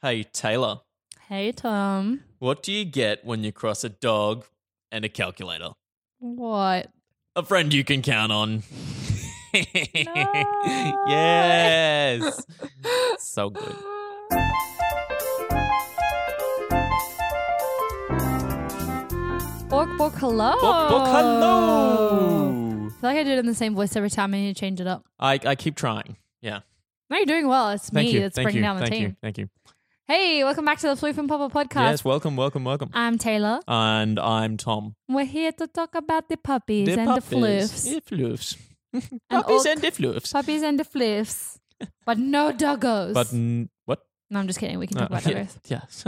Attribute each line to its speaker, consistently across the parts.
Speaker 1: Hey, Taylor,
Speaker 2: Hey, Tom.
Speaker 1: what do you get when you cross a dog and a calculator?
Speaker 2: What?
Speaker 1: A friend you can count on.
Speaker 2: No.
Speaker 1: yes. so good.
Speaker 2: Bork, bork, hello.
Speaker 1: Book, book, hello.
Speaker 2: I feel like I do it in the same voice every time. I need to change it up.
Speaker 1: I, I keep trying. Yeah.
Speaker 2: No, you're doing well. It's
Speaker 1: Thank
Speaker 2: me
Speaker 1: you.
Speaker 2: that's
Speaker 1: Thank
Speaker 2: bringing
Speaker 1: you.
Speaker 2: down the
Speaker 1: Thank
Speaker 2: team.
Speaker 1: you. Thank you.
Speaker 2: Hey, welcome back to the Flu from Papa podcast.
Speaker 1: Yes, welcome, welcome, welcome.
Speaker 2: I'm Taylor.
Speaker 1: and I'm Tom.
Speaker 2: We're here to talk about the puppies and the floofs.
Speaker 1: The floofs.
Speaker 2: And
Speaker 1: Puppies
Speaker 2: all-
Speaker 1: and the floofs.
Speaker 2: Puppies and the floofs. But no doggos.
Speaker 1: But n- what?
Speaker 2: no, I'm just kidding. We can talk
Speaker 1: Uh,
Speaker 2: about
Speaker 1: yeah,
Speaker 2: doggos.
Speaker 1: yes.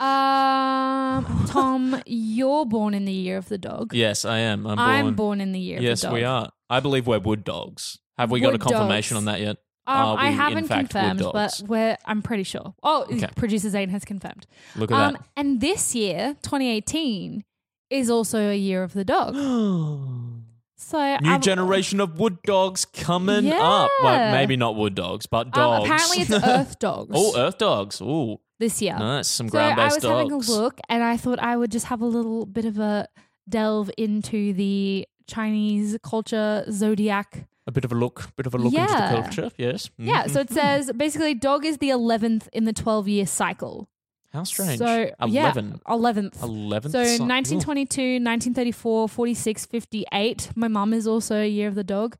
Speaker 2: Um, Tom, you're born in the year of the dog.
Speaker 1: yes, I am. I'm born.
Speaker 2: I'm born in the year
Speaker 1: yes,
Speaker 2: of the dog.
Speaker 1: we are. I believe we're wood dogs. Have we
Speaker 2: Wood
Speaker 1: got a confirmation
Speaker 2: dogs.
Speaker 1: on that yet?
Speaker 2: Um,
Speaker 1: Are
Speaker 2: I
Speaker 1: we, in
Speaker 2: haven't
Speaker 1: fact, wood
Speaker 2: confirmed, but
Speaker 1: dogs?
Speaker 2: we're, I'm pretty sure. Oh,
Speaker 1: Okay.
Speaker 2: producer Zane has confirmed.
Speaker 1: Look at
Speaker 2: Um, and this year, 2018, is also a year of the dog.
Speaker 1: that.
Speaker 2: So
Speaker 1: New
Speaker 2: I'm-
Speaker 1: generation of wood dogs coming up. Well,
Speaker 2: Yeah.
Speaker 1: maybe not wood dogs, but
Speaker 2: Um,
Speaker 1: dogs.
Speaker 2: apparently, it's Earth Dogs
Speaker 1: oh, earth dogs. Oh,
Speaker 2: this year.
Speaker 1: nice. Some
Speaker 2: So I
Speaker 1: ground
Speaker 2: was
Speaker 1: based dogs.
Speaker 2: having a look, and I thought I would just have a little bit of a delve into the Chinese culture zodiac.
Speaker 1: A bit of a look. Bit of a look
Speaker 2: Yeah.
Speaker 1: into the culture. Yes.
Speaker 2: Yeah,
Speaker 1: Mhm.
Speaker 2: so it says basically, dog is the eleventh in the twelve-year cycle.
Speaker 1: How strange.
Speaker 2: So
Speaker 1: Eleven.
Speaker 2: yeah, eleventh.
Speaker 1: Eleventh.
Speaker 2: So
Speaker 1: son-
Speaker 2: 1922, 1934, 46, 58. My mum is also a year of the dog.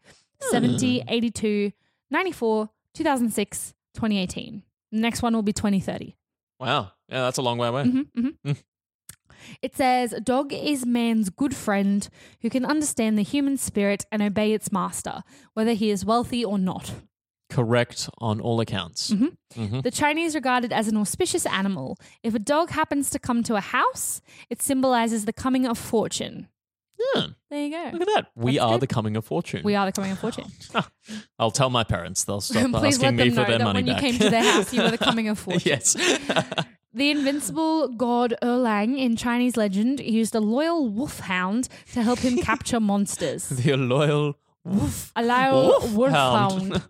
Speaker 2: 70, 82, 94, 2006, 2018. Next one will be 2030.
Speaker 1: Oh, Wow. Yeah, that's a long way away.
Speaker 2: Mhm, mhm. It says, Dog is man's good friend who can understand the human spirit and obey its master, whether he is wealthy or not.
Speaker 1: Correct on all accounts.
Speaker 2: Mhm.
Speaker 1: Mhm.
Speaker 2: The Chinese regard it as an auspicious animal. If a dog happens to come to a house, it symbolizes the coming of fortune.
Speaker 1: Yeah.
Speaker 2: There you go.
Speaker 1: Look at that. We
Speaker 2: That's
Speaker 1: are
Speaker 2: good.
Speaker 1: the coming of fortune.
Speaker 2: We are the coming of fortune.
Speaker 1: I'll tell my parents. They'll stop
Speaker 2: Please let
Speaker 1: asking me
Speaker 2: them
Speaker 1: for
Speaker 2: know
Speaker 1: their
Speaker 2: that
Speaker 1: money
Speaker 2: when you
Speaker 1: back.
Speaker 2: came to their house, you were the coming of fortune.
Speaker 1: yes.
Speaker 2: The invincible god Erlang in Chinese legend used a loyal wolfhound to help him capture monsters.
Speaker 1: the loyal woof.
Speaker 2: A loyal
Speaker 1: Wolfhound.
Speaker 2: wolfhound.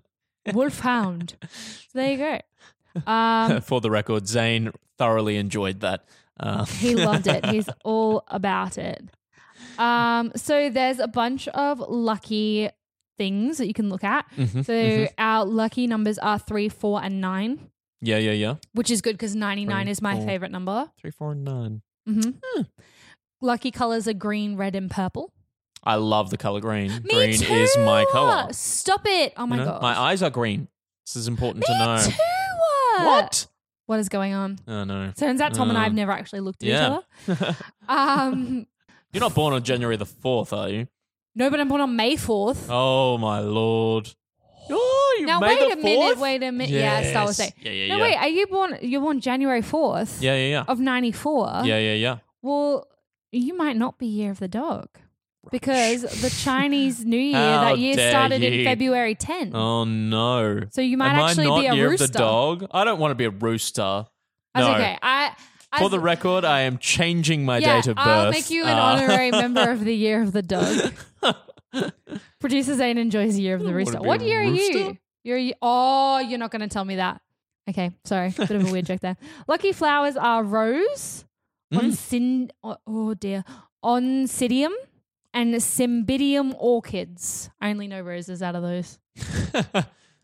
Speaker 2: Wolfhound. So there you go. Um,
Speaker 1: for the record, Zane thoroughly enjoyed that. Uh,
Speaker 2: he loved it. He's all about it. Um, so there's a bunch of lucky things that you can look at.
Speaker 1: Mhm,
Speaker 2: so our lucky numbers are three, four, and nine,
Speaker 1: yeah, yeah, yeah.
Speaker 2: which is good because 99
Speaker 1: Three,
Speaker 2: is my
Speaker 1: four.
Speaker 2: favorite number.
Speaker 1: Three, four, and nine.
Speaker 2: hmm Lucky colors are green, red, and purple.
Speaker 1: I love the color green.
Speaker 2: Me
Speaker 1: green
Speaker 2: too!
Speaker 1: is my color.
Speaker 2: Stop it! Oh my god.
Speaker 1: my eyes are green. This is important
Speaker 2: Me
Speaker 1: to know.
Speaker 2: too! Uh,
Speaker 1: What?
Speaker 2: What is going on?
Speaker 1: Oh no.
Speaker 2: Turns out Tom and I have
Speaker 1: Um,
Speaker 2: never actually looked at
Speaker 1: yeah.
Speaker 2: each other. Um,
Speaker 1: You're not born on January the fourth, are you?
Speaker 2: no, but I'm born on May fourth.
Speaker 1: Oh my lord. Oh, you
Speaker 2: now
Speaker 1: May
Speaker 2: wait
Speaker 1: the
Speaker 2: a minute.
Speaker 1: 4th?
Speaker 2: Wait a minute. Yeah, Star Wars
Speaker 1: Yes.
Speaker 2: Day.
Speaker 1: Yeah, yeah,
Speaker 2: no,
Speaker 1: yeah.
Speaker 2: wait. Are you born? You're born January fourth
Speaker 1: Yeah, yeah,
Speaker 2: of ninety four.
Speaker 1: yeah. Yeah, yeah, yeah.
Speaker 2: Well, you might not be year of the dog because the Chinese New Year
Speaker 1: How
Speaker 2: that year
Speaker 1: dare
Speaker 2: started in
Speaker 1: you.
Speaker 2: February 10.
Speaker 1: Oh no.
Speaker 2: So you might
Speaker 1: Am
Speaker 2: actually
Speaker 1: I not
Speaker 2: be a
Speaker 1: year
Speaker 2: rooster.
Speaker 1: of the dog? I don't want to be a rooster.
Speaker 2: That's
Speaker 1: no.
Speaker 2: okay. I, I
Speaker 1: For the record, I am changing my
Speaker 2: yeah,
Speaker 1: date of birth.
Speaker 2: I'll make you an
Speaker 1: Uh,
Speaker 2: honorary member of the year of the dog. Producer Zane enjoys year of the
Speaker 1: Wanna
Speaker 2: rooster.
Speaker 1: be
Speaker 2: What
Speaker 1: a
Speaker 2: year are
Speaker 1: rooster?
Speaker 2: you? You're a- oh, you're not going to tell me that. Okay, sorry, bit of a weird joke there. Lucky flowers are rose,
Speaker 1: Mm.
Speaker 2: onsin, oh, oh dear, oncidium, and cymbidium orchids. I only know roses out of those.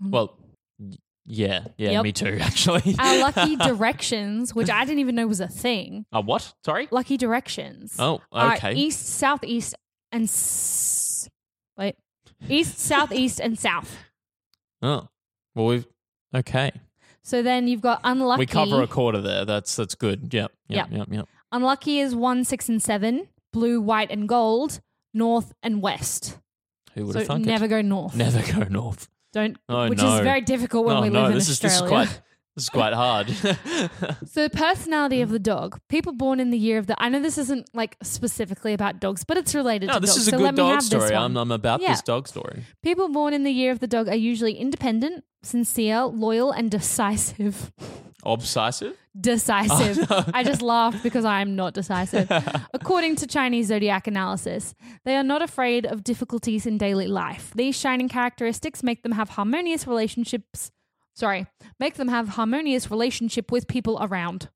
Speaker 1: well, y- yeah, yeah,
Speaker 2: Yep.
Speaker 1: me too, actually.
Speaker 2: Our lucky directions, which I didn't even know was a thing.
Speaker 1: A what? Sorry?
Speaker 2: Lucky directions.
Speaker 1: Oh,
Speaker 2: are e
Speaker 1: okay.
Speaker 2: Uh, east, southeast, and s- wait, east, southeast, and south.
Speaker 1: oh, well, we've. Okay.
Speaker 2: So then you've got unlucky.
Speaker 1: We cover a quarter there. That's that's good. Yep. Yep. Yep. Yep.
Speaker 2: Unlucky is one, six, and seven. Blue, white, and gold. North and west.
Speaker 1: Who would
Speaker 2: So
Speaker 1: have thunk
Speaker 2: never
Speaker 1: it?
Speaker 2: go north.
Speaker 1: Never go north.
Speaker 2: Don't,
Speaker 1: Oh,
Speaker 2: which is
Speaker 1: no.
Speaker 2: very difficult when
Speaker 1: oh
Speaker 2: we
Speaker 1: no,
Speaker 2: live in
Speaker 1: this is this is
Speaker 2: Australia.
Speaker 1: quite this is quite hard.
Speaker 2: So the personality of the dog. People born in the year of the. I know this isn't like specifically about dogs, but it's related.
Speaker 1: no,
Speaker 2: to
Speaker 1: this
Speaker 2: dogs.
Speaker 1: is a
Speaker 2: so let
Speaker 1: good
Speaker 2: me
Speaker 1: dog
Speaker 2: have This
Speaker 1: story.
Speaker 2: one.
Speaker 1: I'm, I'm about
Speaker 2: Yeah.
Speaker 1: this dog story.
Speaker 2: People born in the year of the dog are usually independent, sincere, loyal, and decisive.
Speaker 1: Obsessive.
Speaker 2: Decisive. I just laughed because I'm not decisive. According to Chinese zodiac analysis, they are not afraid of difficulties in daily life. These shining characteristics make them have harmonious relationships. Sorry, make them have harmonious relationship with people around.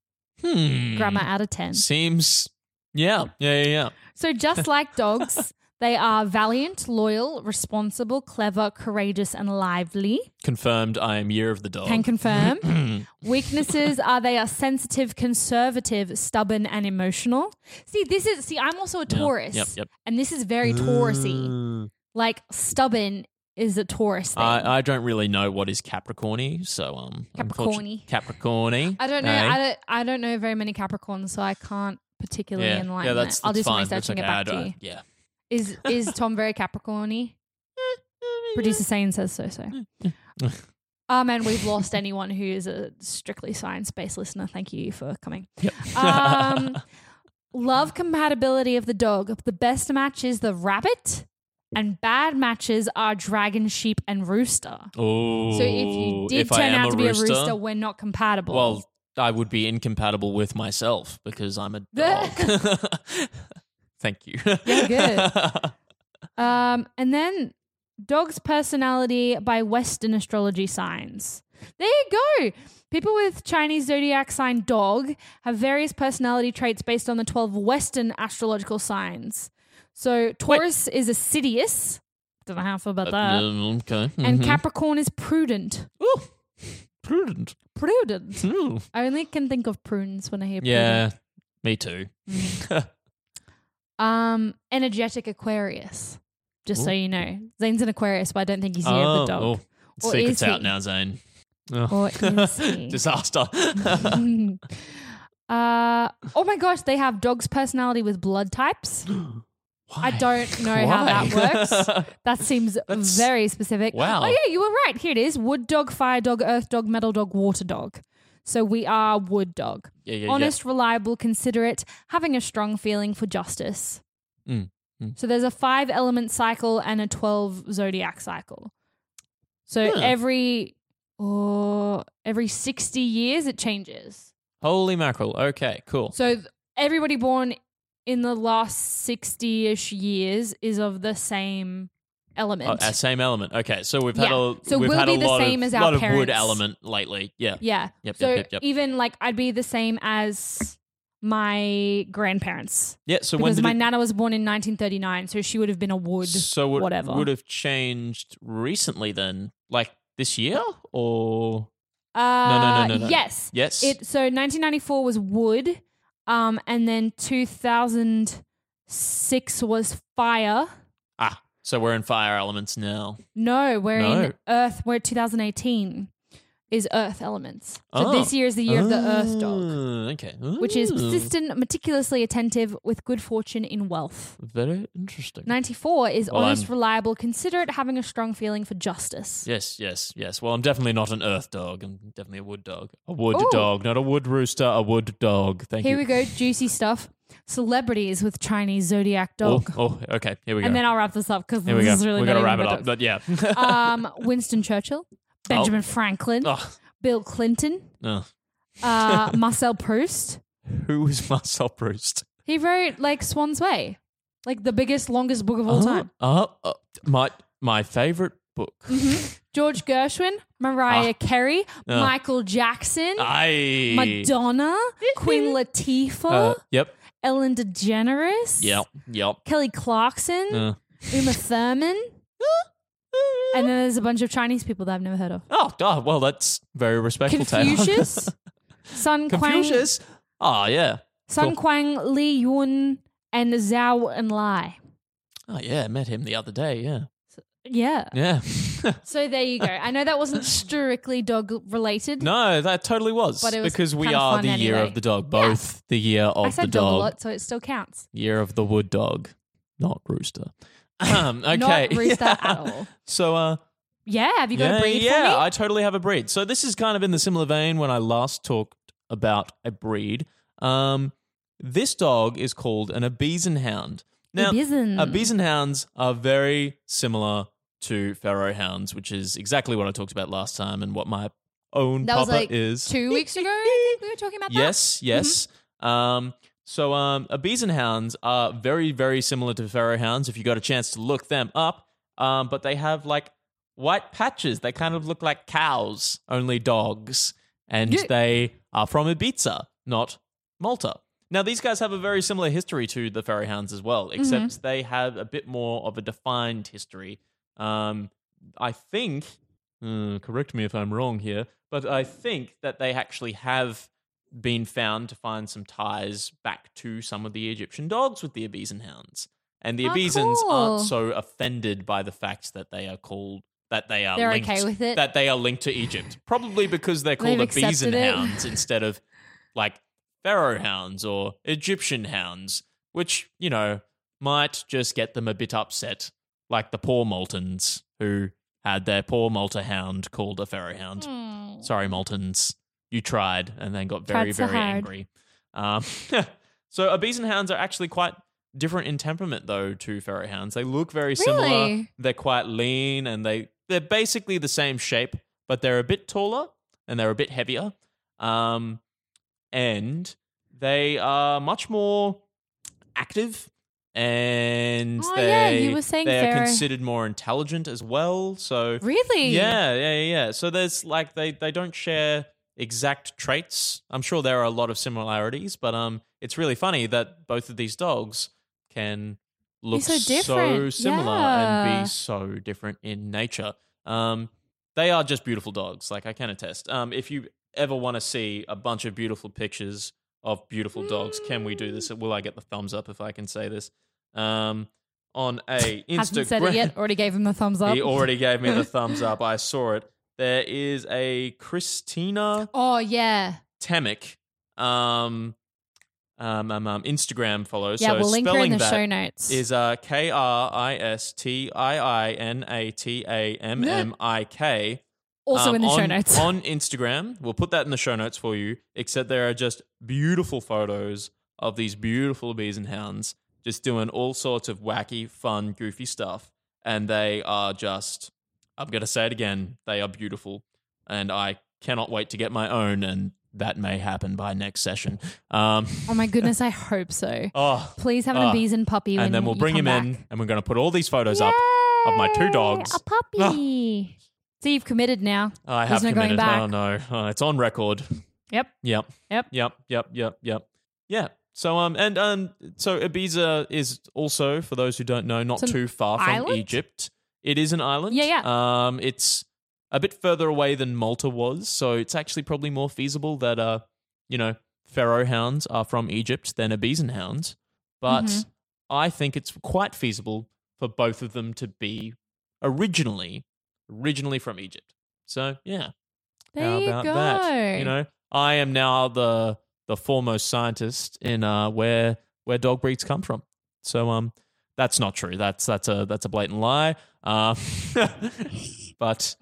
Speaker 1: Hmm.
Speaker 2: Grammar out of ten.
Speaker 1: Seems. Yeah. Yeah. Yeah. Yeah.
Speaker 2: So just like dogs, they are valiant, loyal, responsible, clever, courageous, and lively.
Speaker 1: Confirmed. I am year of the dog. Hmm.
Speaker 2: Can confirm. Weaknesses are they are sensitive, conservative, stubborn, and emotional. See, this is see, I'm also a Taurus,
Speaker 1: Yep, yep.
Speaker 2: and this is very Taurusy. Like stubborn is a Taurus thing.
Speaker 1: I, I don't really know what is Capricorny, so um, unfortunate- Capricorny.
Speaker 2: I don't know.
Speaker 1: eh?
Speaker 2: I don't. I don't know very many Capricorns, so I can't particularly
Speaker 1: yeah,
Speaker 2: enlighten.
Speaker 1: yeah,
Speaker 2: it.
Speaker 1: that's, that's
Speaker 2: I'll do some
Speaker 1: fine.
Speaker 2: research
Speaker 1: That's
Speaker 2: and
Speaker 1: okay.
Speaker 2: get back
Speaker 1: I
Speaker 2: to you.
Speaker 1: don't- Yeah.
Speaker 2: Is is Tom very Capricorny? Producer Sane says so. So. Um, and we've lost anyone who is a strictly science based listener. Thank you for coming. Um, love compatibility of the dog. The best match is the rabbit, and bad matches are dragon, sheep, and rooster.
Speaker 1: Oh.
Speaker 2: So if you did
Speaker 1: I
Speaker 2: turn
Speaker 1: am
Speaker 2: out to be a rooster, we're not compatible.
Speaker 1: well, I would be incompatible with myself because I'm a dog. Thank you.
Speaker 2: Yeah, good. Um, and then dog's personality by Western astrology signs. There you go. People with Chinese zodiac sign dog have various personality traits based on the 12 Western astrological signs. So Taurus is assiduous. Don't know how I feel about that.
Speaker 1: Mm, okay.
Speaker 2: And
Speaker 1: mhm.
Speaker 2: Capricorn is prudent.
Speaker 1: Ooh, prudent.
Speaker 2: Prudent.
Speaker 1: Ooh.
Speaker 2: I only can think of prunes when I hear
Speaker 1: Yeah, me too.
Speaker 2: Mm. prudent. Um, energetic Aquarius. Just so you know. Zane's an Aquarius, but I don't think he's here the dog.
Speaker 1: oh,
Speaker 2: Or
Speaker 1: secrets
Speaker 2: is
Speaker 1: out
Speaker 2: he?
Speaker 1: now, Zane.
Speaker 2: Or is he?
Speaker 1: Disaster.
Speaker 2: Mm. uh, oh my gosh, they have dogs' personality with blood types. I don't know how that works. That seems
Speaker 1: That's-
Speaker 2: very specific.
Speaker 1: Wow.
Speaker 2: Oh, yeah, you were right. Here it is wood dog, fire dog, earth dog, metal dog, water dog. So we are wood dog.
Speaker 1: Yeah, yeah, yeah.
Speaker 2: Honest, reliable, considerate, having a strong feeling for justice.
Speaker 1: Mm,
Speaker 2: So there's a five element cycle and a 12 zodiac cycle. So
Speaker 1: Huh.
Speaker 2: every. Or every 60 years it changes.
Speaker 1: Holy mackerel. Okay, cool.
Speaker 2: So th- everybody born in the last 60-ish years is of the same element.
Speaker 1: Oh, uh, same element. Okay, so we've had
Speaker 2: Yeah.
Speaker 1: a
Speaker 2: So
Speaker 1: we've
Speaker 2: we'll
Speaker 1: had
Speaker 2: be
Speaker 1: a
Speaker 2: the
Speaker 1: lot
Speaker 2: same
Speaker 1: of,
Speaker 2: as our
Speaker 1: lot of wood
Speaker 2: parents.
Speaker 1: element lately. Yeah.
Speaker 2: yeah.
Speaker 1: Yep,
Speaker 2: so
Speaker 1: yep, yep, yep.
Speaker 2: even like I'd be the same as my grandparents
Speaker 1: Yeah. So when
Speaker 2: because
Speaker 1: did
Speaker 2: my
Speaker 1: it,
Speaker 2: nana was born in 1939, so she would have been a wood
Speaker 1: so it
Speaker 2: whatever.
Speaker 1: would have changed recently then, like this year
Speaker 2: Oh.
Speaker 1: or
Speaker 2: uh,
Speaker 1: no, no, no, no.
Speaker 2: Yes.
Speaker 1: yes?
Speaker 2: It so 1994 was wood, um, and then 2006 was fire.
Speaker 1: ah, so we're in fire elements now.
Speaker 2: No, we're
Speaker 1: No.
Speaker 2: in Earth. We're 2018 is Earth elements. So
Speaker 1: Oh.
Speaker 2: this year is the year of the Earth dog,
Speaker 1: Ah, Okay.
Speaker 2: which is
Speaker 1: Ooh,
Speaker 2: persistent, meticulously attentive, with good fortune in wealth.
Speaker 1: very interesting.
Speaker 2: 94 is
Speaker 1: Well,
Speaker 2: honest,
Speaker 1: I'm-
Speaker 2: reliable, considerate, having a strong feeling for justice.
Speaker 1: Yes, yes, yes. Well, I'm definitely not an earth dog. I'm definitely a wood dog. A wood
Speaker 2: Ooh.
Speaker 1: dog, not a wood rooster, a wood dog. Thank
Speaker 2: Oh. Here
Speaker 1: you.
Speaker 2: we go, juicy stuff. Celebrities with Chinese zodiac
Speaker 1: Oh,
Speaker 2: dog.
Speaker 1: oh, okay. Here we go.
Speaker 2: and then I'll wrap this up because this
Speaker 1: Here we go.
Speaker 2: is really
Speaker 1: we got to
Speaker 2: not
Speaker 1: wrap
Speaker 2: even
Speaker 1: it up.
Speaker 2: about
Speaker 1: But yeah.
Speaker 2: dogs. um, Winston Churchill, Benjamin Franklin,
Speaker 1: oh,
Speaker 2: Bill Clinton,
Speaker 1: oh.
Speaker 2: uh, Marcel Proust.
Speaker 1: Who is Marcel Proust?
Speaker 2: He wrote like Swan's Way, like the biggest, longest book of all time.
Speaker 1: Oh, oh, oh, my my favorite book.
Speaker 2: Mm-hmm. George Gershwin, Mariah Carey,
Speaker 1: Ah.
Speaker 2: Michael Jackson,
Speaker 1: I
Speaker 2: Madonna, Queen Latifah,
Speaker 1: Uh, yep.
Speaker 2: Ellen DeGeneres,
Speaker 1: Yep. Yep.
Speaker 2: Kelly Clarkson,
Speaker 1: Uh,
Speaker 2: Uma Thurman. And then there's a bunch of Chinese people that I've never heard of.
Speaker 1: oh, oh, well, that's very respectful. Taylor.
Speaker 2: Confucius, Sun Quang,
Speaker 1: Confucius. Oh, yeah.
Speaker 2: Sun
Speaker 1: Cool.
Speaker 2: Quang, Li Yun, and Zhao and Lai.
Speaker 1: Oh, yeah. Met him the other day. Yeah.
Speaker 2: Yeah.
Speaker 1: Yeah.
Speaker 2: So there you go. I know that wasn't strictly dog related.
Speaker 1: no, that totally was.
Speaker 2: But it was
Speaker 1: because we
Speaker 2: kinda
Speaker 1: are
Speaker 2: fun
Speaker 1: the year
Speaker 2: anyway.
Speaker 1: of the dog. Both the year of
Speaker 2: I said
Speaker 1: the
Speaker 2: dog a
Speaker 1: dog.
Speaker 2: lot, so it still counts.
Speaker 1: Year of the wood dog, not rooster. Um, okay.
Speaker 2: Not rooster at all.
Speaker 1: So, uh,
Speaker 2: Yeah, have you got
Speaker 1: yeah,
Speaker 2: a breed
Speaker 1: yeah,
Speaker 2: for me?
Speaker 1: I totally have a breed. So this is kind of in the similar vein when I last talked about a breed. Um, this dog is called an Abesan hound. Now,
Speaker 2: Abesan.
Speaker 1: Abesan hounds are very similar to Pharaoh hounds, which is exactly what I talked about last time and what my own
Speaker 2: that
Speaker 1: papa
Speaker 2: was like
Speaker 1: is.
Speaker 2: two weeks ago. I think we were talking about Mm-hmm.
Speaker 1: Yes, yes. Um, so um, Abesan hounds are very, very similar to Pharaoh hounds. If you got a chance to look them up, um, but they have like white patches. They kind of look like cows, only dogs, and
Speaker 2: Yeah.
Speaker 1: they are from Ibiza, not Malta. Now these guys have a very similar history to the Pharaoh hounds as well, except
Speaker 2: Mm-hmm.
Speaker 1: they have a bit more of a defined history. Um, I think, uh, correct me if I'm wrong here, but I think that they actually have been found to find some ties back to some of the Egyptian dogs with the Abesan hounds. And the
Speaker 2: Oh,
Speaker 1: Abesans
Speaker 2: cool.
Speaker 1: aren't so offended by the fact that they are called that they are
Speaker 2: They're
Speaker 1: linked,
Speaker 2: okay with it?
Speaker 1: that they are linked to Egypt. Probably because they're called
Speaker 2: They've
Speaker 1: Abesan
Speaker 2: accepted it.
Speaker 1: hounds instead of like pharaoh hounds or Egyptian hounds, which, you know, might just get them a bit upset, like the poor Moultons who had their poor Malta hound called a pharaoh hound.
Speaker 2: that. Hmm.
Speaker 1: Sorry, Moultons, you tried and then got very,
Speaker 2: Tried so
Speaker 1: very
Speaker 2: hard.
Speaker 1: angry. Um, so Abesan hounds are actually quite different in temperament, though, to Pharaoh hounds. They look very similar.
Speaker 2: Really?
Speaker 1: They're quite lean and they, they're basically the same shape, but they're a bit taller and they're a bit heavier. Um, and they are much more active and
Speaker 2: Oh, yeah,
Speaker 1: they,
Speaker 2: you were saying
Speaker 1: they are
Speaker 2: Pharaoh-
Speaker 1: considered more intelligent as well. So
Speaker 2: Really?
Speaker 1: yeah, yeah, yeah. yeah. So there's like they they don't share exact traits. I'm sure there are a lot of similarities, but um, it's really funny that both of these dogs can look
Speaker 2: so different.
Speaker 1: similar
Speaker 2: Yeah.
Speaker 1: and be so different in nature. Um, they are just beautiful dogs. Like I can attest. Um, if you ever want to see a bunch of beautiful pictures of beautiful dogs, can we do this?
Speaker 2: Mm.
Speaker 1: Will I get the thumbs up if I can say this? Um, on a Instagram.
Speaker 2: Hasn't said it yet. Already gave him the thumbs up.
Speaker 1: He already gave me the thumbs up. I saw it. There is a Christina
Speaker 2: oh yeah.
Speaker 1: Tamick um, um, um, um, Instagram follow.
Speaker 2: Yeah,
Speaker 1: so
Speaker 2: we'll link her in
Speaker 1: spelling
Speaker 2: the
Speaker 1: that
Speaker 2: show notes.
Speaker 1: Is uh, K R I S T I I N A T A M M I K.
Speaker 2: also
Speaker 1: um,
Speaker 2: in the show
Speaker 1: on-
Speaker 2: notes.
Speaker 1: on Instagram. We'll put that in the show notes for you. Except there are just beautiful photos of these beautiful bees and hounds just doing all sorts of wacky, fun, goofy stuff, and they are just. I'm gonna say it again. They are beautiful, and I cannot wait to get my own. And that may happen by next session. Um,
Speaker 2: oh my goodness, I hope so.
Speaker 1: oh,
Speaker 2: Please have an
Speaker 1: Ah.
Speaker 2: Abesan puppy. when
Speaker 1: and then we'll
Speaker 2: you
Speaker 1: bring him
Speaker 2: come back.
Speaker 1: in, and we're gonna put all these photos up. of my two
Speaker 2: Yay,
Speaker 1: dogs. Ah.
Speaker 2: A puppy. So you've committed now.
Speaker 1: I have
Speaker 2: There's no
Speaker 1: committed.
Speaker 2: going back.
Speaker 1: Oh no, Oh, it's on record.
Speaker 2: Yep.
Speaker 1: Yep.
Speaker 2: Yep.
Speaker 1: Yep. Yep. Yep. Yep. Yeah. So um and um so Ibiza is also for those who don't know not
Speaker 2: It's an
Speaker 1: too far from
Speaker 2: island?
Speaker 1: Egypt. It is an island.
Speaker 2: Yeah,
Speaker 1: yeah. Um, it's a bit further away than Malta was, so it's actually probably more feasible that uh you know Pharaoh hounds are from Egypt than Abizan hounds, but
Speaker 2: Mhm.
Speaker 1: I think it's quite feasible for both of them to be originally originally from Egypt. So yeah.
Speaker 2: There
Speaker 1: How
Speaker 2: you
Speaker 1: about
Speaker 2: go.
Speaker 1: that? You know, I am now the the foremost scientist in uh, where where dog breeds come from. So um, that's not true. That's that's a that's a blatant lie. Uh, but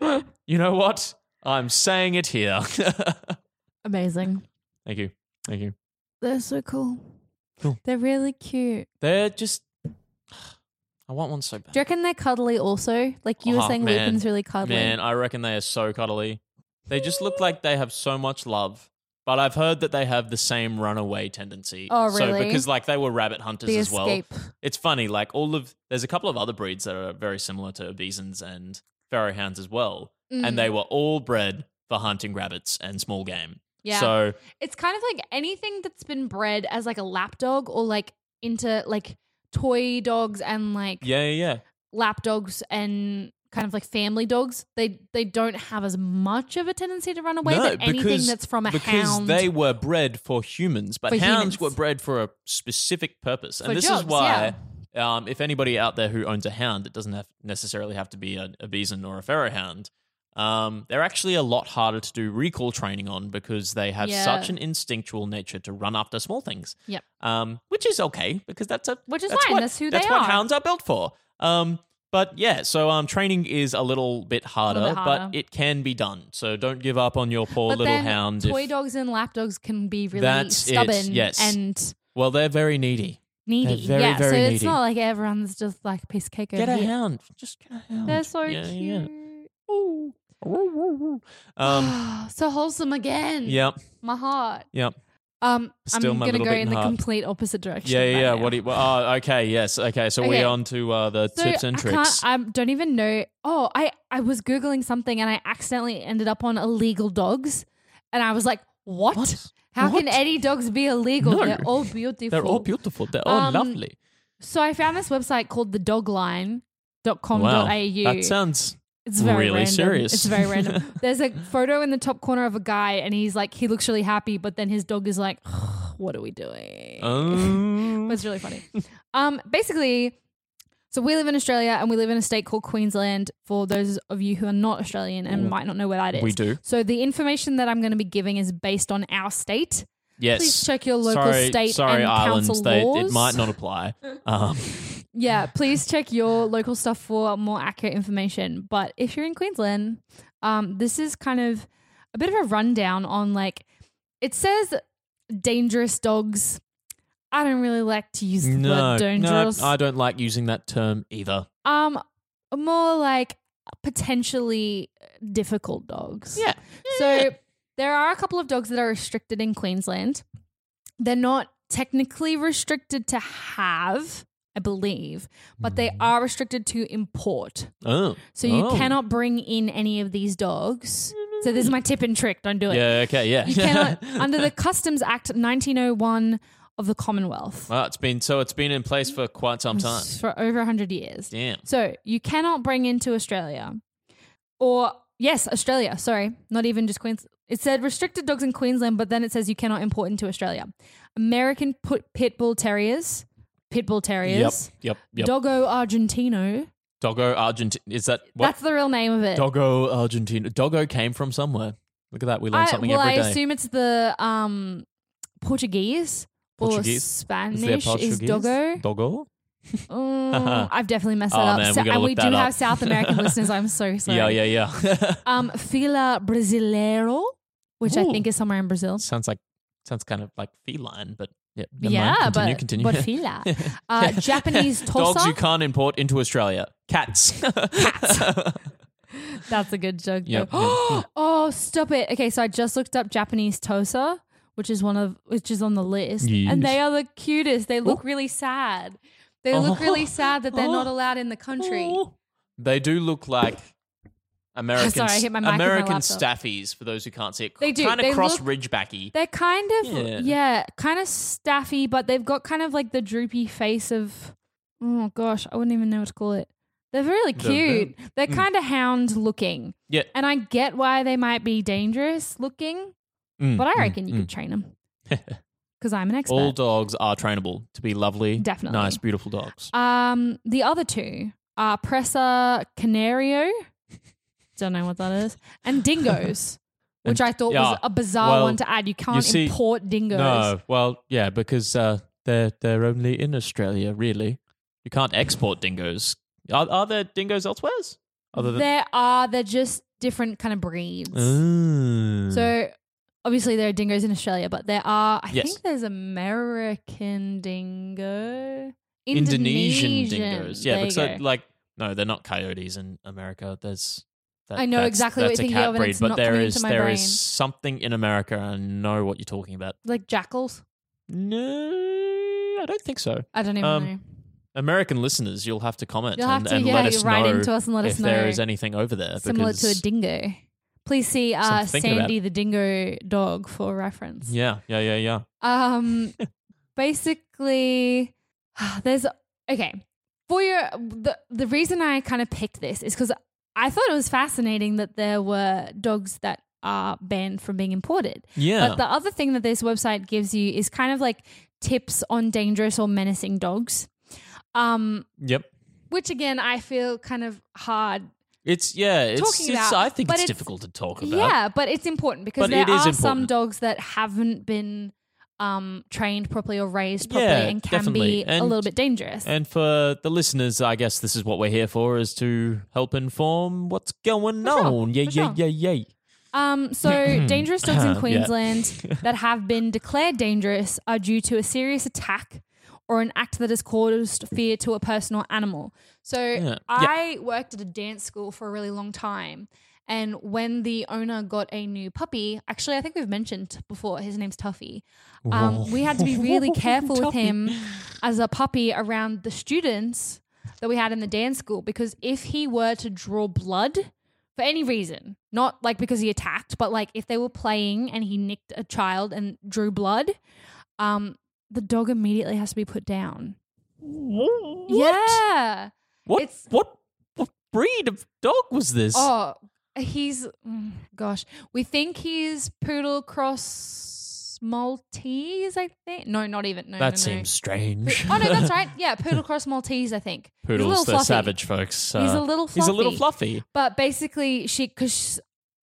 Speaker 1: you know what? I'm saying it here. Thank
Speaker 2: Amazing.
Speaker 1: you. Thank you.
Speaker 2: They're so cool.
Speaker 1: Cool.
Speaker 2: They're really cute.
Speaker 1: They're just. I want one so bad.
Speaker 2: Do you reckon they're cuddly also? Like you were
Speaker 1: Oh,
Speaker 2: saying,
Speaker 1: man.
Speaker 2: Lupin's really cuddly.
Speaker 1: Man, I reckon they are so cuddly. They just look like they have so much love. But I've heard that they have the same runaway tendency.
Speaker 2: Oh,
Speaker 1: So
Speaker 2: really?
Speaker 1: because like they were rabbit hunters
Speaker 2: the
Speaker 1: as well.
Speaker 2: escape.
Speaker 1: It's funny, like all of there's a couple of other breeds that are very similar to Bisons and Pharaoh hounds as well.
Speaker 2: Mm.
Speaker 1: And they were all bred for hunting rabbits and small game.
Speaker 2: Yeah.
Speaker 1: So
Speaker 2: it's kind of like anything that's been bred as like a lapdog or like into like toy dogs and like
Speaker 1: yeah, yeah, yeah.
Speaker 2: lap dogs and kind of like family dogs. They they don't have as much of a tendency to run away
Speaker 1: No,
Speaker 2: than anything
Speaker 1: because-
Speaker 2: that's from a
Speaker 1: because
Speaker 2: hound.
Speaker 1: they were bred for humans, but
Speaker 2: For
Speaker 1: hounds
Speaker 2: humans.
Speaker 1: were bred for a specific purpose, and
Speaker 2: For
Speaker 1: this
Speaker 2: jobs,
Speaker 1: is why. Um, if anybody out there who owns a hound, it doesn't have necessarily have to be a, a Bisan or a Pharaoh hound. Um, they're actually a lot harder to do recall training on because they have
Speaker 2: Yeah.
Speaker 1: such an instinctual nature to run after small things.
Speaker 2: Yep.
Speaker 1: Um, which is okay because that's a
Speaker 2: Which is
Speaker 1: that's
Speaker 2: fine,
Speaker 1: what-
Speaker 2: that's who
Speaker 1: that's
Speaker 2: they
Speaker 1: what
Speaker 2: are.
Speaker 1: hounds are built for. Um, But yeah, so um, training is a little bit harder,
Speaker 2: Little bit harder.
Speaker 1: but it can be done. So don't give up on your poor
Speaker 2: but
Speaker 1: little
Speaker 2: then
Speaker 1: hound. if-
Speaker 2: toy dogs and lap dogs can be really
Speaker 1: That's it,
Speaker 2: stubborn
Speaker 1: yes.
Speaker 2: and
Speaker 1: well, they're very needy.
Speaker 2: needy.
Speaker 1: very,
Speaker 2: yeah, so
Speaker 1: very
Speaker 2: it's
Speaker 1: needy.
Speaker 2: not like everyone's just like piss cake over
Speaker 1: Get a
Speaker 2: here.
Speaker 1: hound. Just get a hound.
Speaker 2: They're so
Speaker 1: Yeah, yeah.
Speaker 2: cute. Ooh.
Speaker 1: Um,
Speaker 2: so wholesome again.
Speaker 1: yep,
Speaker 2: My heart.
Speaker 1: yep.
Speaker 2: Um,
Speaker 1: Still
Speaker 2: I'm
Speaker 1: my
Speaker 2: gonna
Speaker 1: little
Speaker 2: go
Speaker 1: beaten
Speaker 2: in the
Speaker 1: heart.
Speaker 2: complete opposite direction.
Speaker 1: Yeah, yeah,
Speaker 2: right
Speaker 1: yeah.
Speaker 2: now.
Speaker 1: What do you, well, oh, okay, yes. Okay, so
Speaker 2: Okay.
Speaker 1: we're on to uh, the
Speaker 2: So
Speaker 1: tips and
Speaker 2: I
Speaker 1: tricks.
Speaker 2: Can't, I don't even know. Oh, I I was googling something and I accidentally ended up on illegal dogs, and I was like, what?
Speaker 1: What?
Speaker 2: How can
Speaker 1: What?
Speaker 2: any dogs be illegal?
Speaker 1: No.
Speaker 2: They're all beautiful.
Speaker 1: They're all beautiful. They're all
Speaker 2: Um,
Speaker 1: lovely.
Speaker 2: So I found this website called thedogline.com.au.
Speaker 1: Wow, that sounds
Speaker 2: It's very
Speaker 1: really
Speaker 2: random.
Speaker 1: serious.
Speaker 2: It's very random. There's a photo in the top corner of a guy, and he's like, he looks really happy, but then his dog is like, "What are we doing?"
Speaker 1: um,
Speaker 2: It's really funny. Um, basically, so we live in Australia, and we live in a state called Queensland. For those of you who are not Australian and might not know where that is,
Speaker 1: Mm. we do.
Speaker 2: So the information that I'm going to be giving is based on our state.
Speaker 1: Yes.
Speaker 2: Please check your local state and council
Speaker 1: they-
Speaker 2: laws.
Speaker 1: It might not apply. Um,
Speaker 2: Yeah, please check your local stuff for more accurate information. But if you're in Queensland, um, this is kind of a bit of a rundown on like it says dangerous dogs. I don't really like to use the
Speaker 1: no,
Speaker 2: word
Speaker 1: no,
Speaker 2: dangerous.
Speaker 1: I don't like using that term either.
Speaker 2: um, more like potentially uh, difficult dogs.
Speaker 1: Yeah.
Speaker 2: So there are a couple of dogs that are restricted in Queensland. They're not technically restricted to have, I believe, but they are restricted to import.
Speaker 1: Oh.
Speaker 2: So you
Speaker 1: Mm. Oh.
Speaker 2: cannot bring in any of these dogs. So this is my tip and trick. Don't do it.
Speaker 1: Yeah. Okay. Yeah.
Speaker 2: You cannot under the Customs Act 1901 of the Commonwealth
Speaker 1: Wow, it's been so it's been in place for quite some time.
Speaker 2: for over 100 years.
Speaker 1: Damn.
Speaker 2: So you cannot bring into Australia, or yes, Australia. Sorry, not even just Queensland. It said restricted dogs in Queensland, but then it says you cannot import into Australia. American put pit bull terriers, pit bull terriers,
Speaker 1: Yep. Yep.
Speaker 2: Doggo Argentino.
Speaker 1: Doggo Argentina. Is that what?
Speaker 2: That's the real name of it.
Speaker 1: Doggo Argentina. Doggo came from somewhere. Look at that. We learn
Speaker 2: I,
Speaker 1: something
Speaker 2: well, I
Speaker 1: every day.
Speaker 2: assume it's the um, Portuguese.
Speaker 1: Portuguese?
Speaker 2: Or
Speaker 1: Is
Speaker 2: Spanish
Speaker 1: Is
Speaker 2: is,
Speaker 1: there Portuguese?
Speaker 2: doggo.
Speaker 1: Doggo.
Speaker 2: Mm, I've definitely messed that
Speaker 1: Oh,
Speaker 2: up.
Speaker 1: man, we
Speaker 2: So-
Speaker 1: gotta
Speaker 2: and
Speaker 1: look
Speaker 2: we do
Speaker 1: that up.
Speaker 2: have South American listeners. I'm so sorry.
Speaker 1: Yeah. Yeah. Yeah.
Speaker 2: Um, Fila Brasileiro, which I
Speaker 1: Ooh.
Speaker 2: think is somewhere in Brazil.
Speaker 1: sounds like sounds kind of like feline, but yeah. never mind.
Speaker 2: yeah,
Speaker 1: Continue,
Speaker 2: but
Speaker 1: continue.
Speaker 2: but Fila, uh, Japanese
Speaker 1: Dogs you
Speaker 2: Tosa.
Speaker 1: can't import into Australia. Cats. Cats.
Speaker 2: That's a good joke.
Speaker 1: Yep,
Speaker 2: though.
Speaker 1: yep, yep.
Speaker 2: oh, stop it. Okay, so I just looked up Japanese Tosa, which is one of which is on the list, and they are the cutest. They look really sad. They look
Speaker 1: Oh.
Speaker 2: really sad that they're not
Speaker 1: Oh.
Speaker 2: allowed in the country.
Speaker 1: They do look like American,
Speaker 2: Sorry, I hit my mic with my
Speaker 1: American
Speaker 2: laptop.
Speaker 1: staffies, for those who can't see it.
Speaker 2: They do.
Speaker 1: Kind
Speaker 2: They
Speaker 1: of cross
Speaker 2: look-
Speaker 1: ridgebacky.
Speaker 2: They're kind of yeah.
Speaker 1: Yeah.
Speaker 2: kind of staffy, but they've got kind of like the droopy face of oh gosh, I wouldn't even know what to call it. They're really
Speaker 1: They're very-
Speaker 2: cute. They're kind of hound looking,
Speaker 1: Yeah.
Speaker 2: and I get why they might be dangerous looking,
Speaker 1: Mm,
Speaker 2: but I
Speaker 1: mm,
Speaker 2: reckon you
Speaker 1: mm.
Speaker 2: could train them because I'm an expert.
Speaker 1: All dogs are trainable to be lovely,
Speaker 2: Definitely.
Speaker 1: nice, beautiful dogs.
Speaker 2: um, the other two are Pressa Canario, don't know what that is, and dingoes, which I thought was
Speaker 1: yeah,
Speaker 2: a bizarre
Speaker 1: well,
Speaker 2: one to add. You can't
Speaker 1: see-
Speaker 2: import dingoes.
Speaker 1: No, well, yeah, because uh, they're they're only in Australia, really. You can't export dingoes. Are, are there dingoes elsewhere? Other than
Speaker 2: there are they're just different kind of breeds.
Speaker 1: Mm.
Speaker 2: So obviously there are dingoes in Australia, but there are I
Speaker 1: Yes.
Speaker 2: think there's American dingo,
Speaker 1: Indonesian dingoes. Yeah,
Speaker 2: There you
Speaker 1: because uh,
Speaker 2: go.
Speaker 1: like no, they're not coyotes in America. There's that,
Speaker 2: I know
Speaker 1: that's-
Speaker 2: exactly what
Speaker 1: that's
Speaker 2: you're
Speaker 1: a
Speaker 2: thinking
Speaker 1: cat
Speaker 2: of and
Speaker 1: breed,
Speaker 2: it's
Speaker 1: but
Speaker 2: not
Speaker 1: there
Speaker 2: coming
Speaker 1: is
Speaker 2: into my
Speaker 1: there
Speaker 2: brain.
Speaker 1: is something in America. I know what you're talking about.
Speaker 2: like jackals.
Speaker 1: No, I don't think so.
Speaker 2: I don't even
Speaker 1: Um,
Speaker 2: know.
Speaker 1: American listeners, you'll have to comment
Speaker 2: You'll have
Speaker 1: and,
Speaker 2: to
Speaker 1: and
Speaker 2: yeah,
Speaker 1: let us
Speaker 2: you're write
Speaker 1: know
Speaker 2: in to us and let
Speaker 1: if
Speaker 2: us know
Speaker 1: there is anything over there.
Speaker 2: similar to a
Speaker 1: because-
Speaker 2: dingo. Please see uh,
Speaker 1: Something to think about.
Speaker 2: Sandy the dingo dog for reference.
Speaker 1: Yeah, yeah, yeah, yeah.
Speaker 2: Um, basically, there's okay for your the the reason I kind of picked this is because I thought it was fascinating that there were dogs that are banned from being imported.
Speaker 1: Yeah.
Speaker 2: But the other thing that this website gives you is kind of like tips on dangerous or menacing dogs. Um,
Speaker 1: Yep.
Speaker 2: which again I feel kind of hard.
Speaker 1: It's yeah. It's,
Speaker 2: Talking
Speaker 1: it's-
Speaker 2: about,
Speaker 1: I think
Speaker 2: but
Speaker 1: it's,
Speaker 2: it's-
Speaker 1: difficult to talk about.
Speaker 2: Yeah, but it's important because
Speaker 1: But
Speaker 2: there
Speaker 1: it is
Speaker 2: are some
Speaker 1: important.
Speaker 2: dogs that haven't been um, trained properly or raised properly
Speaker 1: Yeah,
Speaker 2: and can
Speaker 1: definitely.
Speaker 2: be a
Speaker 1: And-
Speaker 2: little bit dangerous.
Speaker 1: And for the listeners, I guess this is what we're here for is to help inform what's going
Speaker 2: sure,
Speaker 1: on. Yeah,
Speaker 2: for
Speaker 1: yeah,
Speaker 2: sure.
Speaker 1: yeah, yeah.
Speaker 2: Um, so dangerous dogs in
Speaker 1: Yeah.
Speaker 2: Queensland that have been declared dangerous are due to a serious attack or an act that has caused fear to a person or animal. So
Speaker 1: Yeah.
Speaker 2: I worked at a dance school for a really long time. And when the owner got a new puppy, actually, I think we've mentioned before, his name's Tuffy. Um, we had to be really careful with him as a puppy around the students that we had in the dance school because if he were to draw blood, for any reason, not like because he attacked, but like if they were playing and he nicked a child and drew blood, um, the dog immediately has to be put down. Yeah.
Speaker 1: What,
Speaker 2: It's-
Speaker 1: what, what breed of dog was this?
Speaker 2: Oh, he's mm, gosh. We think he's poodle cross Maltese. I think no, not even. No,
Speaker 1: that
Speaker 2: no,
Speaker 1: seems
Speaker 2: No.
Speaker 1: strange.
Speaker 2: Oh no, that's right. Yeah, poodle cross Maltese. I think He's a
Speaker 1: Poodles,
Speaker 2: little
Speaker 1: they're
Speaker 2: fluffy.
Speaker 1: savage folks.
Speaker 2: He's a
Speaker 1: Uh,
Speaker 2: little
Speaker 1: He's a little
Speaker 2: fluffy.
Speaker 1: fluffy.
Speaker 2: But basically, she because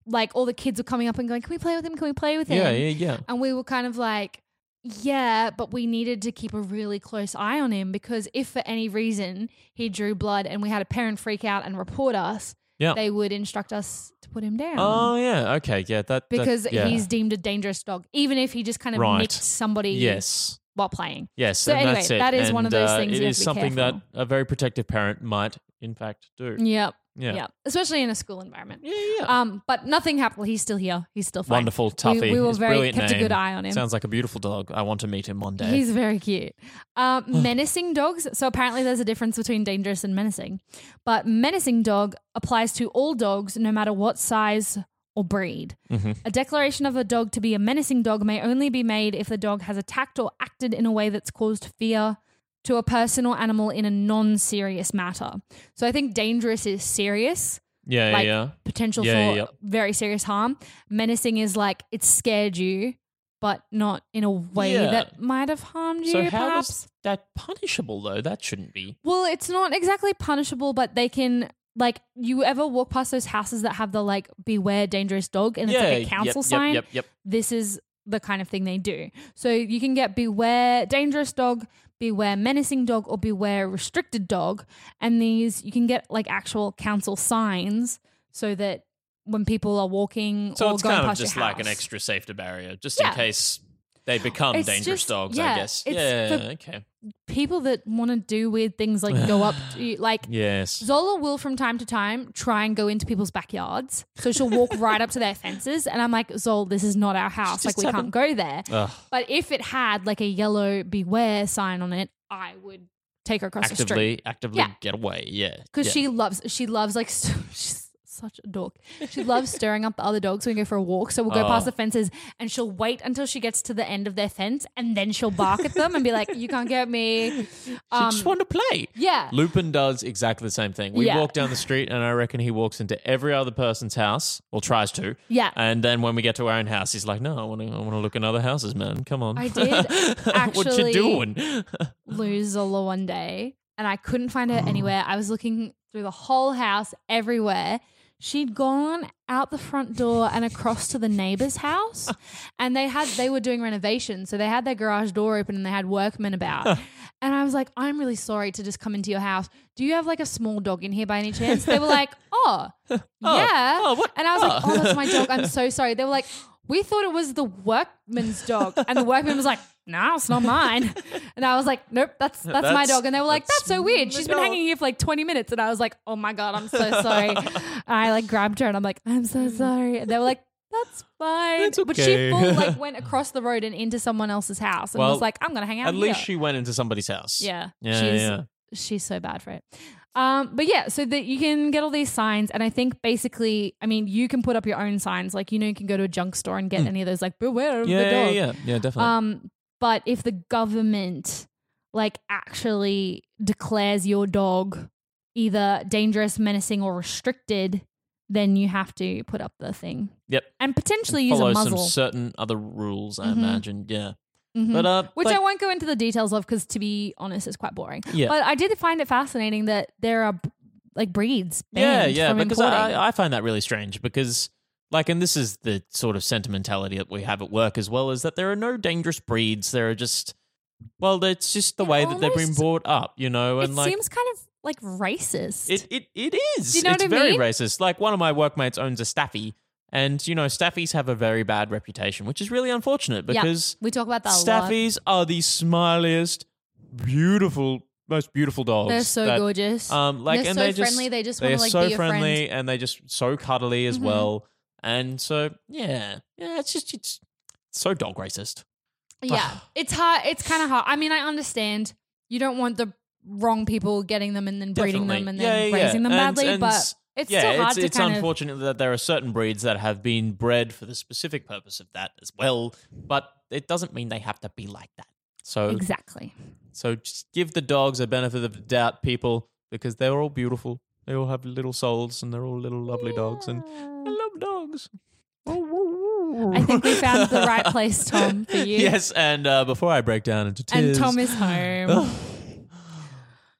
Speaker 2: like all the kids were coming up and going, "Can we play with him? Can we play with him?"
Speaker 1: Yeah, yeah, yeah.
Speaker 2: And we were kind of like, yeah, but we needed to keep a really close eye on him because if for any reason he drew blood and we had a parent freak out and report us,
Speaker 1: Yeah.
Speaker 2: they would instruct us to put him down.
Speaker 1: Oh, yeah. Okay. Yeah. That that-
Speaker 2: because
Speaker 1: yeah.
Speaker 2: he's deemed a dangerous dog, even if he just kind of
Speaker 1: Right.
Speaker 2: nicked somebody
Speaker 1: Yes.
Speaker 2: while playing.
Speaker 1: Yes,
Speaker 2: So
Speaker 1: and
Speaker 2: anyway,
Speaker 1: that's it.
Speaker 2: that is one of
Speaker 1: And,
Speaker 2: those
Speaker 1: uh,
Speaker 2: things
Speaker 1: It
Speaker 2: you have
Speaker 1: is
Speaker 2: to be
Speaker 1: something
Speaker 2: careful.
Speaker 1: that a very protective parent might, in fact, do.
Speaker 2: Yep.
Speaker 1: Yeah.
Speaker 2: Yep. Especially in a school environment.
Speaker 1: Yeah, yeah.
Speaker 2: Um, but nothing happened. He's still here. He's still fine.
Speaker 1: Wonderful,
Speaker 2: We-
Speaker 1: Tuffy.
Speaker 2: We, were
Speaker 1: It's a
Speaker 2: very
Speaker 1: brilliant
Speaker 2: kept a
Speaker 1: name.
Speaker 2: good eye on him.
Speaker 1: Sounds like a beautiful dog. I want to meet him one day.
Speaker 2: He's very cute. Uh, menacing dogs. So apparently, there's a difference between dangerous and menacing. But menacing dog applies to all dogs, no matter what size or breed. A declaration of a dog to be a menacing dog may only be made if the dog has attacked or acted in a way that's caused fear to a person or animal in a non-serious matter. So I think dangerous is serious,
Speaker 1: yeah,
Speaker 2: like
Speaker 1: yeah,
Speaker 2: potential
Speaker 1: Yeah,
Speaker 2: for
Speaker 1: yeah, yeah.
Speaker 2: very serious harm. Menacing is like it scared you, but not in a way
Speaker 1: Yeah.
Speaker 2: that might have harmed
Speaker 1: yeah. So
Speaker 2: you,
Speaker 1: how
Speaker 2: perhaps.
Speaker 1: is that punishable though? That shouldn't be.
Speaker 2: Well, it's not exactly punishable, but they can like you ever walk past those houses that have the like beware dangerous dog and it's
Speaker 1: yeah,
Speaker 2: like a council
Speaker 1: yep,
Speaker 2: sign.
Speaker 1: Yep, yep,
Speaker 2: This is the kind of thing they do. So you can get beware dangerous dog, beware menacing dog, or beware restricted dog. And these you can get like actual council signs so that when people are walking
Speaker 1: yep. So
Speaker 2: or
Speaker 1: it's
Speaker 2: going
Speaker 1: kind of
Speaker 2: past your
Speaker 1: just like an
Speaker 2: house-
Speaker 1: extra safety barrier, just
Speaker 2: Yeah.
Speaker 1: in case they become
Speaker 2: It's
Speaker 1: dangerous
Speaker 2: just-
Speaker 1: dogs.
Speaker 2: yeah,
Speaker 1: I guess.
Speaker 2: it's
Speaker 1: yeah.
Speaker 2: for-
Speaker 1: okay.
Speaker 2: people that want to do weird things like go up to you, like
Speaker 1: Yes.
Speaker 2: Zola will from time to time try and go into people's backyards. So she'll walk right up to their fences and I'm like, Zola, this is not our house.
Speaker 1: She
Speaker 2: Like
Speaker 1: just
Speaker 2: we can't
Speaker 1: haven't-
Speaker 2: go there.
Speaker 1: Ugh.
Speaker 2: But if it had like a yellow beware sign on it, I would take her across the street.
Speaker 1: Actively, actively
Speaker 2: Yeah.
Speaker 1: get away. Yeah.
Speaker 2: Because
Speaker 1: yeah.
Speaker 2: she loves she loves like st- she's such a dork. She loves stirring up the other dogs when we go for a walk. So we'll go
Speaker 1: Oh.
Speaker 2: past the fences and she'll wait until she gets to the end of their fence and then she'll bark at them and be like, You can't get me.
Speaker 1: she
Speaker 2: um,
Speaker 1: just wanted to play.
Speaker 2: Yeah.
Speaker 1: Lupin does exactly the same thing. We
Speaker 2: Yeah.
Speaker 1: walk down the street, and I reckon he walks into every other person's house, or tries to.
Speaker 2: Yeah.
Speaker 1: And then when we get to our own house, he's like, "No, I want to. I want to look in other houses, man. Come on.
Speaker 2: I did
Speaker 1: what you
Speaker 2: actually-
Speaker 1: doing?
Speaker 2: lose Zola one day and I couldn't find her anywhere. I was looking through the whole house, everywhere. She'd gone out the front door and across to the neighbor's house. And they had they were doing renovations. So they had their garage door open and they had workmen about. And I was like, I'm really sorry to just come into your house. Do you have like a small dog in here by any chance? They were like, Oh, yeah.
Speaker 1: oh, what-
Speaker 2: And I was like,
Speaker 1: oh.
Speaker 2: Oh, that's my dog. I'm so sorry. They were like, We thought it was the workman's dog. And the workman was like, No, it's not mine. And I was like, Nope, that's that's, my
Speaker 1: That's-
Speaker 2: dog. And they were like, That's,
Speaker 1: that's
Speaker 2: so weird. She's been
Speaker 1: dog."
Speaker 2: hanging here for like 20 minutes. And I was like, Oh my God, I'm so sorry. and I like grabbed her and I'm like, I'm so sorry. And they were like, that's fine.
Speaker 1: Mm. That's
Speaker 2: But she
Speaker 1: okay.
Speaker 2: full like went across the road and into someone else's house and
Speaker 1: Well,
Speaker 2: was like, I'm gonna hang out.
Speaker 1: At
Speaker 2: here.
Speaker 1: least she went into somebody's house.
Speaker 2: Yeah.
Speaker 1: Yeah.
Speaker 2: she's
Speaker 1: yeah.
Speaker 2: she's so bad for it. Um, but yeah, so that you can get all these signs, and I think basically, I mean, you can put up your own signs. Like you know, you can go to a junk store and get any of those like beware of
Speaker 1: Mm. Yeah,
Speaker 2: the
Speaker 1: yeah,
Speaker 2: dog.
Speaker 1: yeah, yeah, definitely.
Speaker 2: Um, but if the government like actually declares your dog either dangerous, menacing, or restricted, then you have to put up the thing
Speaker 1: yep.
Speaker 2: and potentially use
Speaker 1: Follow
Speaker 2: a
Speaker 1: some
Speaker 2: muzzle.
Speaker 1: certain other rules, I
Speaker 2: Mhm.
Speaker 1: imagine. Yeah.
Speaker 2: Mhm.
Speaker 1: But uh,
Speaker 2: which
Speaker 1: but-
Speaker 2: I won't go into the details of because, to be honest, it's quite boring.
Speaker 1: Yeah.
Speaker 2: But I did find it fascinating that there are like breeds.
Speaker 1: Yeah,
Speaker 2: Banned
Speaker 1: yeah,
Speaker 2: from
Speaker 1: because
Speaker 2: importing.
Speaker 1: I, I find that really strange because Like, and this is the sort of sentimentality that we have at work as well, is that there are no dangerous breeds. There are just, well, it's just the
Speaker 2: It
Speaker 1: way that they've been
Speaker 2: almost-
Speaker 1: brought up, you know, and
Speaker 3: it
Speaker 1: like.
Speaker 3: seems kind of like racist.
Speaker 1: It, it, it is.
Speaker 2: Do you know
Speaker 1: it's
Speaker 2: what I
Speaker 1: very
Speaker 2: mean?
Speaker 1: racist. Like one of my workmates owns a staffy, and you know staffies have a very bad reputation, which is really unfortunate
Speaker 2: Yeah.
Speaker 1: because
Speaker 2: We talk about that a lot.
Speaker 1: staffies are the smiliest, beautiful, most beautiful dogs.
Speaker 2: They're so
Speaker 1: that-
Speaker 2: gorgeous.
Speaker 1: Um, like
Speaker 2: They're
Speaker 1: and
Speaker 2: so
Speaker 1: they just,
Speaker 2: friendly. They just
Speaker 1: they
Speaker 2: wanna,
Speaker 1: are
Speaker 2: like,
Speaker 1: so
Speaker 2: be your friend.
Speaker 1: friendly and they just so cuddly as
Speaker 2: Mhm.
Speaker 1: well. And so yeah, yeah, it's just it's so dog racist.
Speaker 2: yeah, it's hard. It's kind of hard. I mean, I understand you don't want the wrong people getting them and then breeding
Speaker 1: Definitely.
Speaker 2: them and
Speaker 1: yeah,
Speaker 2: then
Speaker 1: yeah, yeah.
Speaker 2: raising them
Speaker 1: And-
Speaker 2: badly,
Speaker 1: and
Speaker 2: but
Speaker 1: s-
Speaker 2: it's
Speaker 1: yeah,
Speaker 2: still hard
Speaker 1: it's,
Speaker 2: to
Speaker 1: it's
Speaker 2: kind of.
Speaker 1: unfortunate that there are certain breeds that have been bred for the specific purpose of that as well, but it doesn't mean they have to be like that. So,
Speaker 2: Exactly.
Speaker 1: so just give the dogs a benefit of the doubt, people, because they're all beautiful. They all have little souls, and they're all little lovely dogs. And I love dogs.
Speaker 2: I think we found the right place, Tom, for you.
Speaker 1: Yes, and uh, before I break down into
Speaker 2: And
Speaker 1: tears,
Speaker 2: Tom is home.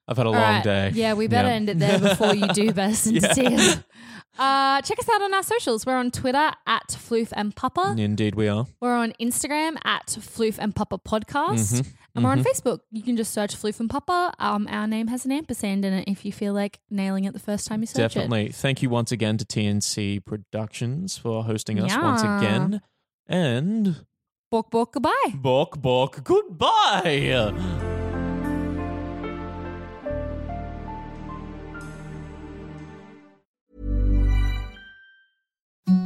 Speaker 1: I've had a long
Speaker 2: All right.
Speaker 1: day.
Speaker 2: Yeah, we better end it there before you do burst into
Speaker 1: Yeah.
Speaker 2: tears. Uh, check us out on our socials. We're on Twitter at Floof and Papa.
Speaker 1: Indeed, we are.
Speaker 2: We're on Instagram at Floof and Papa Podcast.
Speaker 1: Mm-hmm.
Speaker 2: And we're on Facebook. You can just search Floof and Papa. Um, our name has an ampersand in it if you feel like nailing it the first time you search it.
Speaker 1: Definitely. Thank you once again to TNC Productions for hosting us once
Speaker 2: Yeah.
Speaker 1: again. And
Speaker 2: Bork, bork, goodbye.
Speaker 1: Bok Bok, goodbye.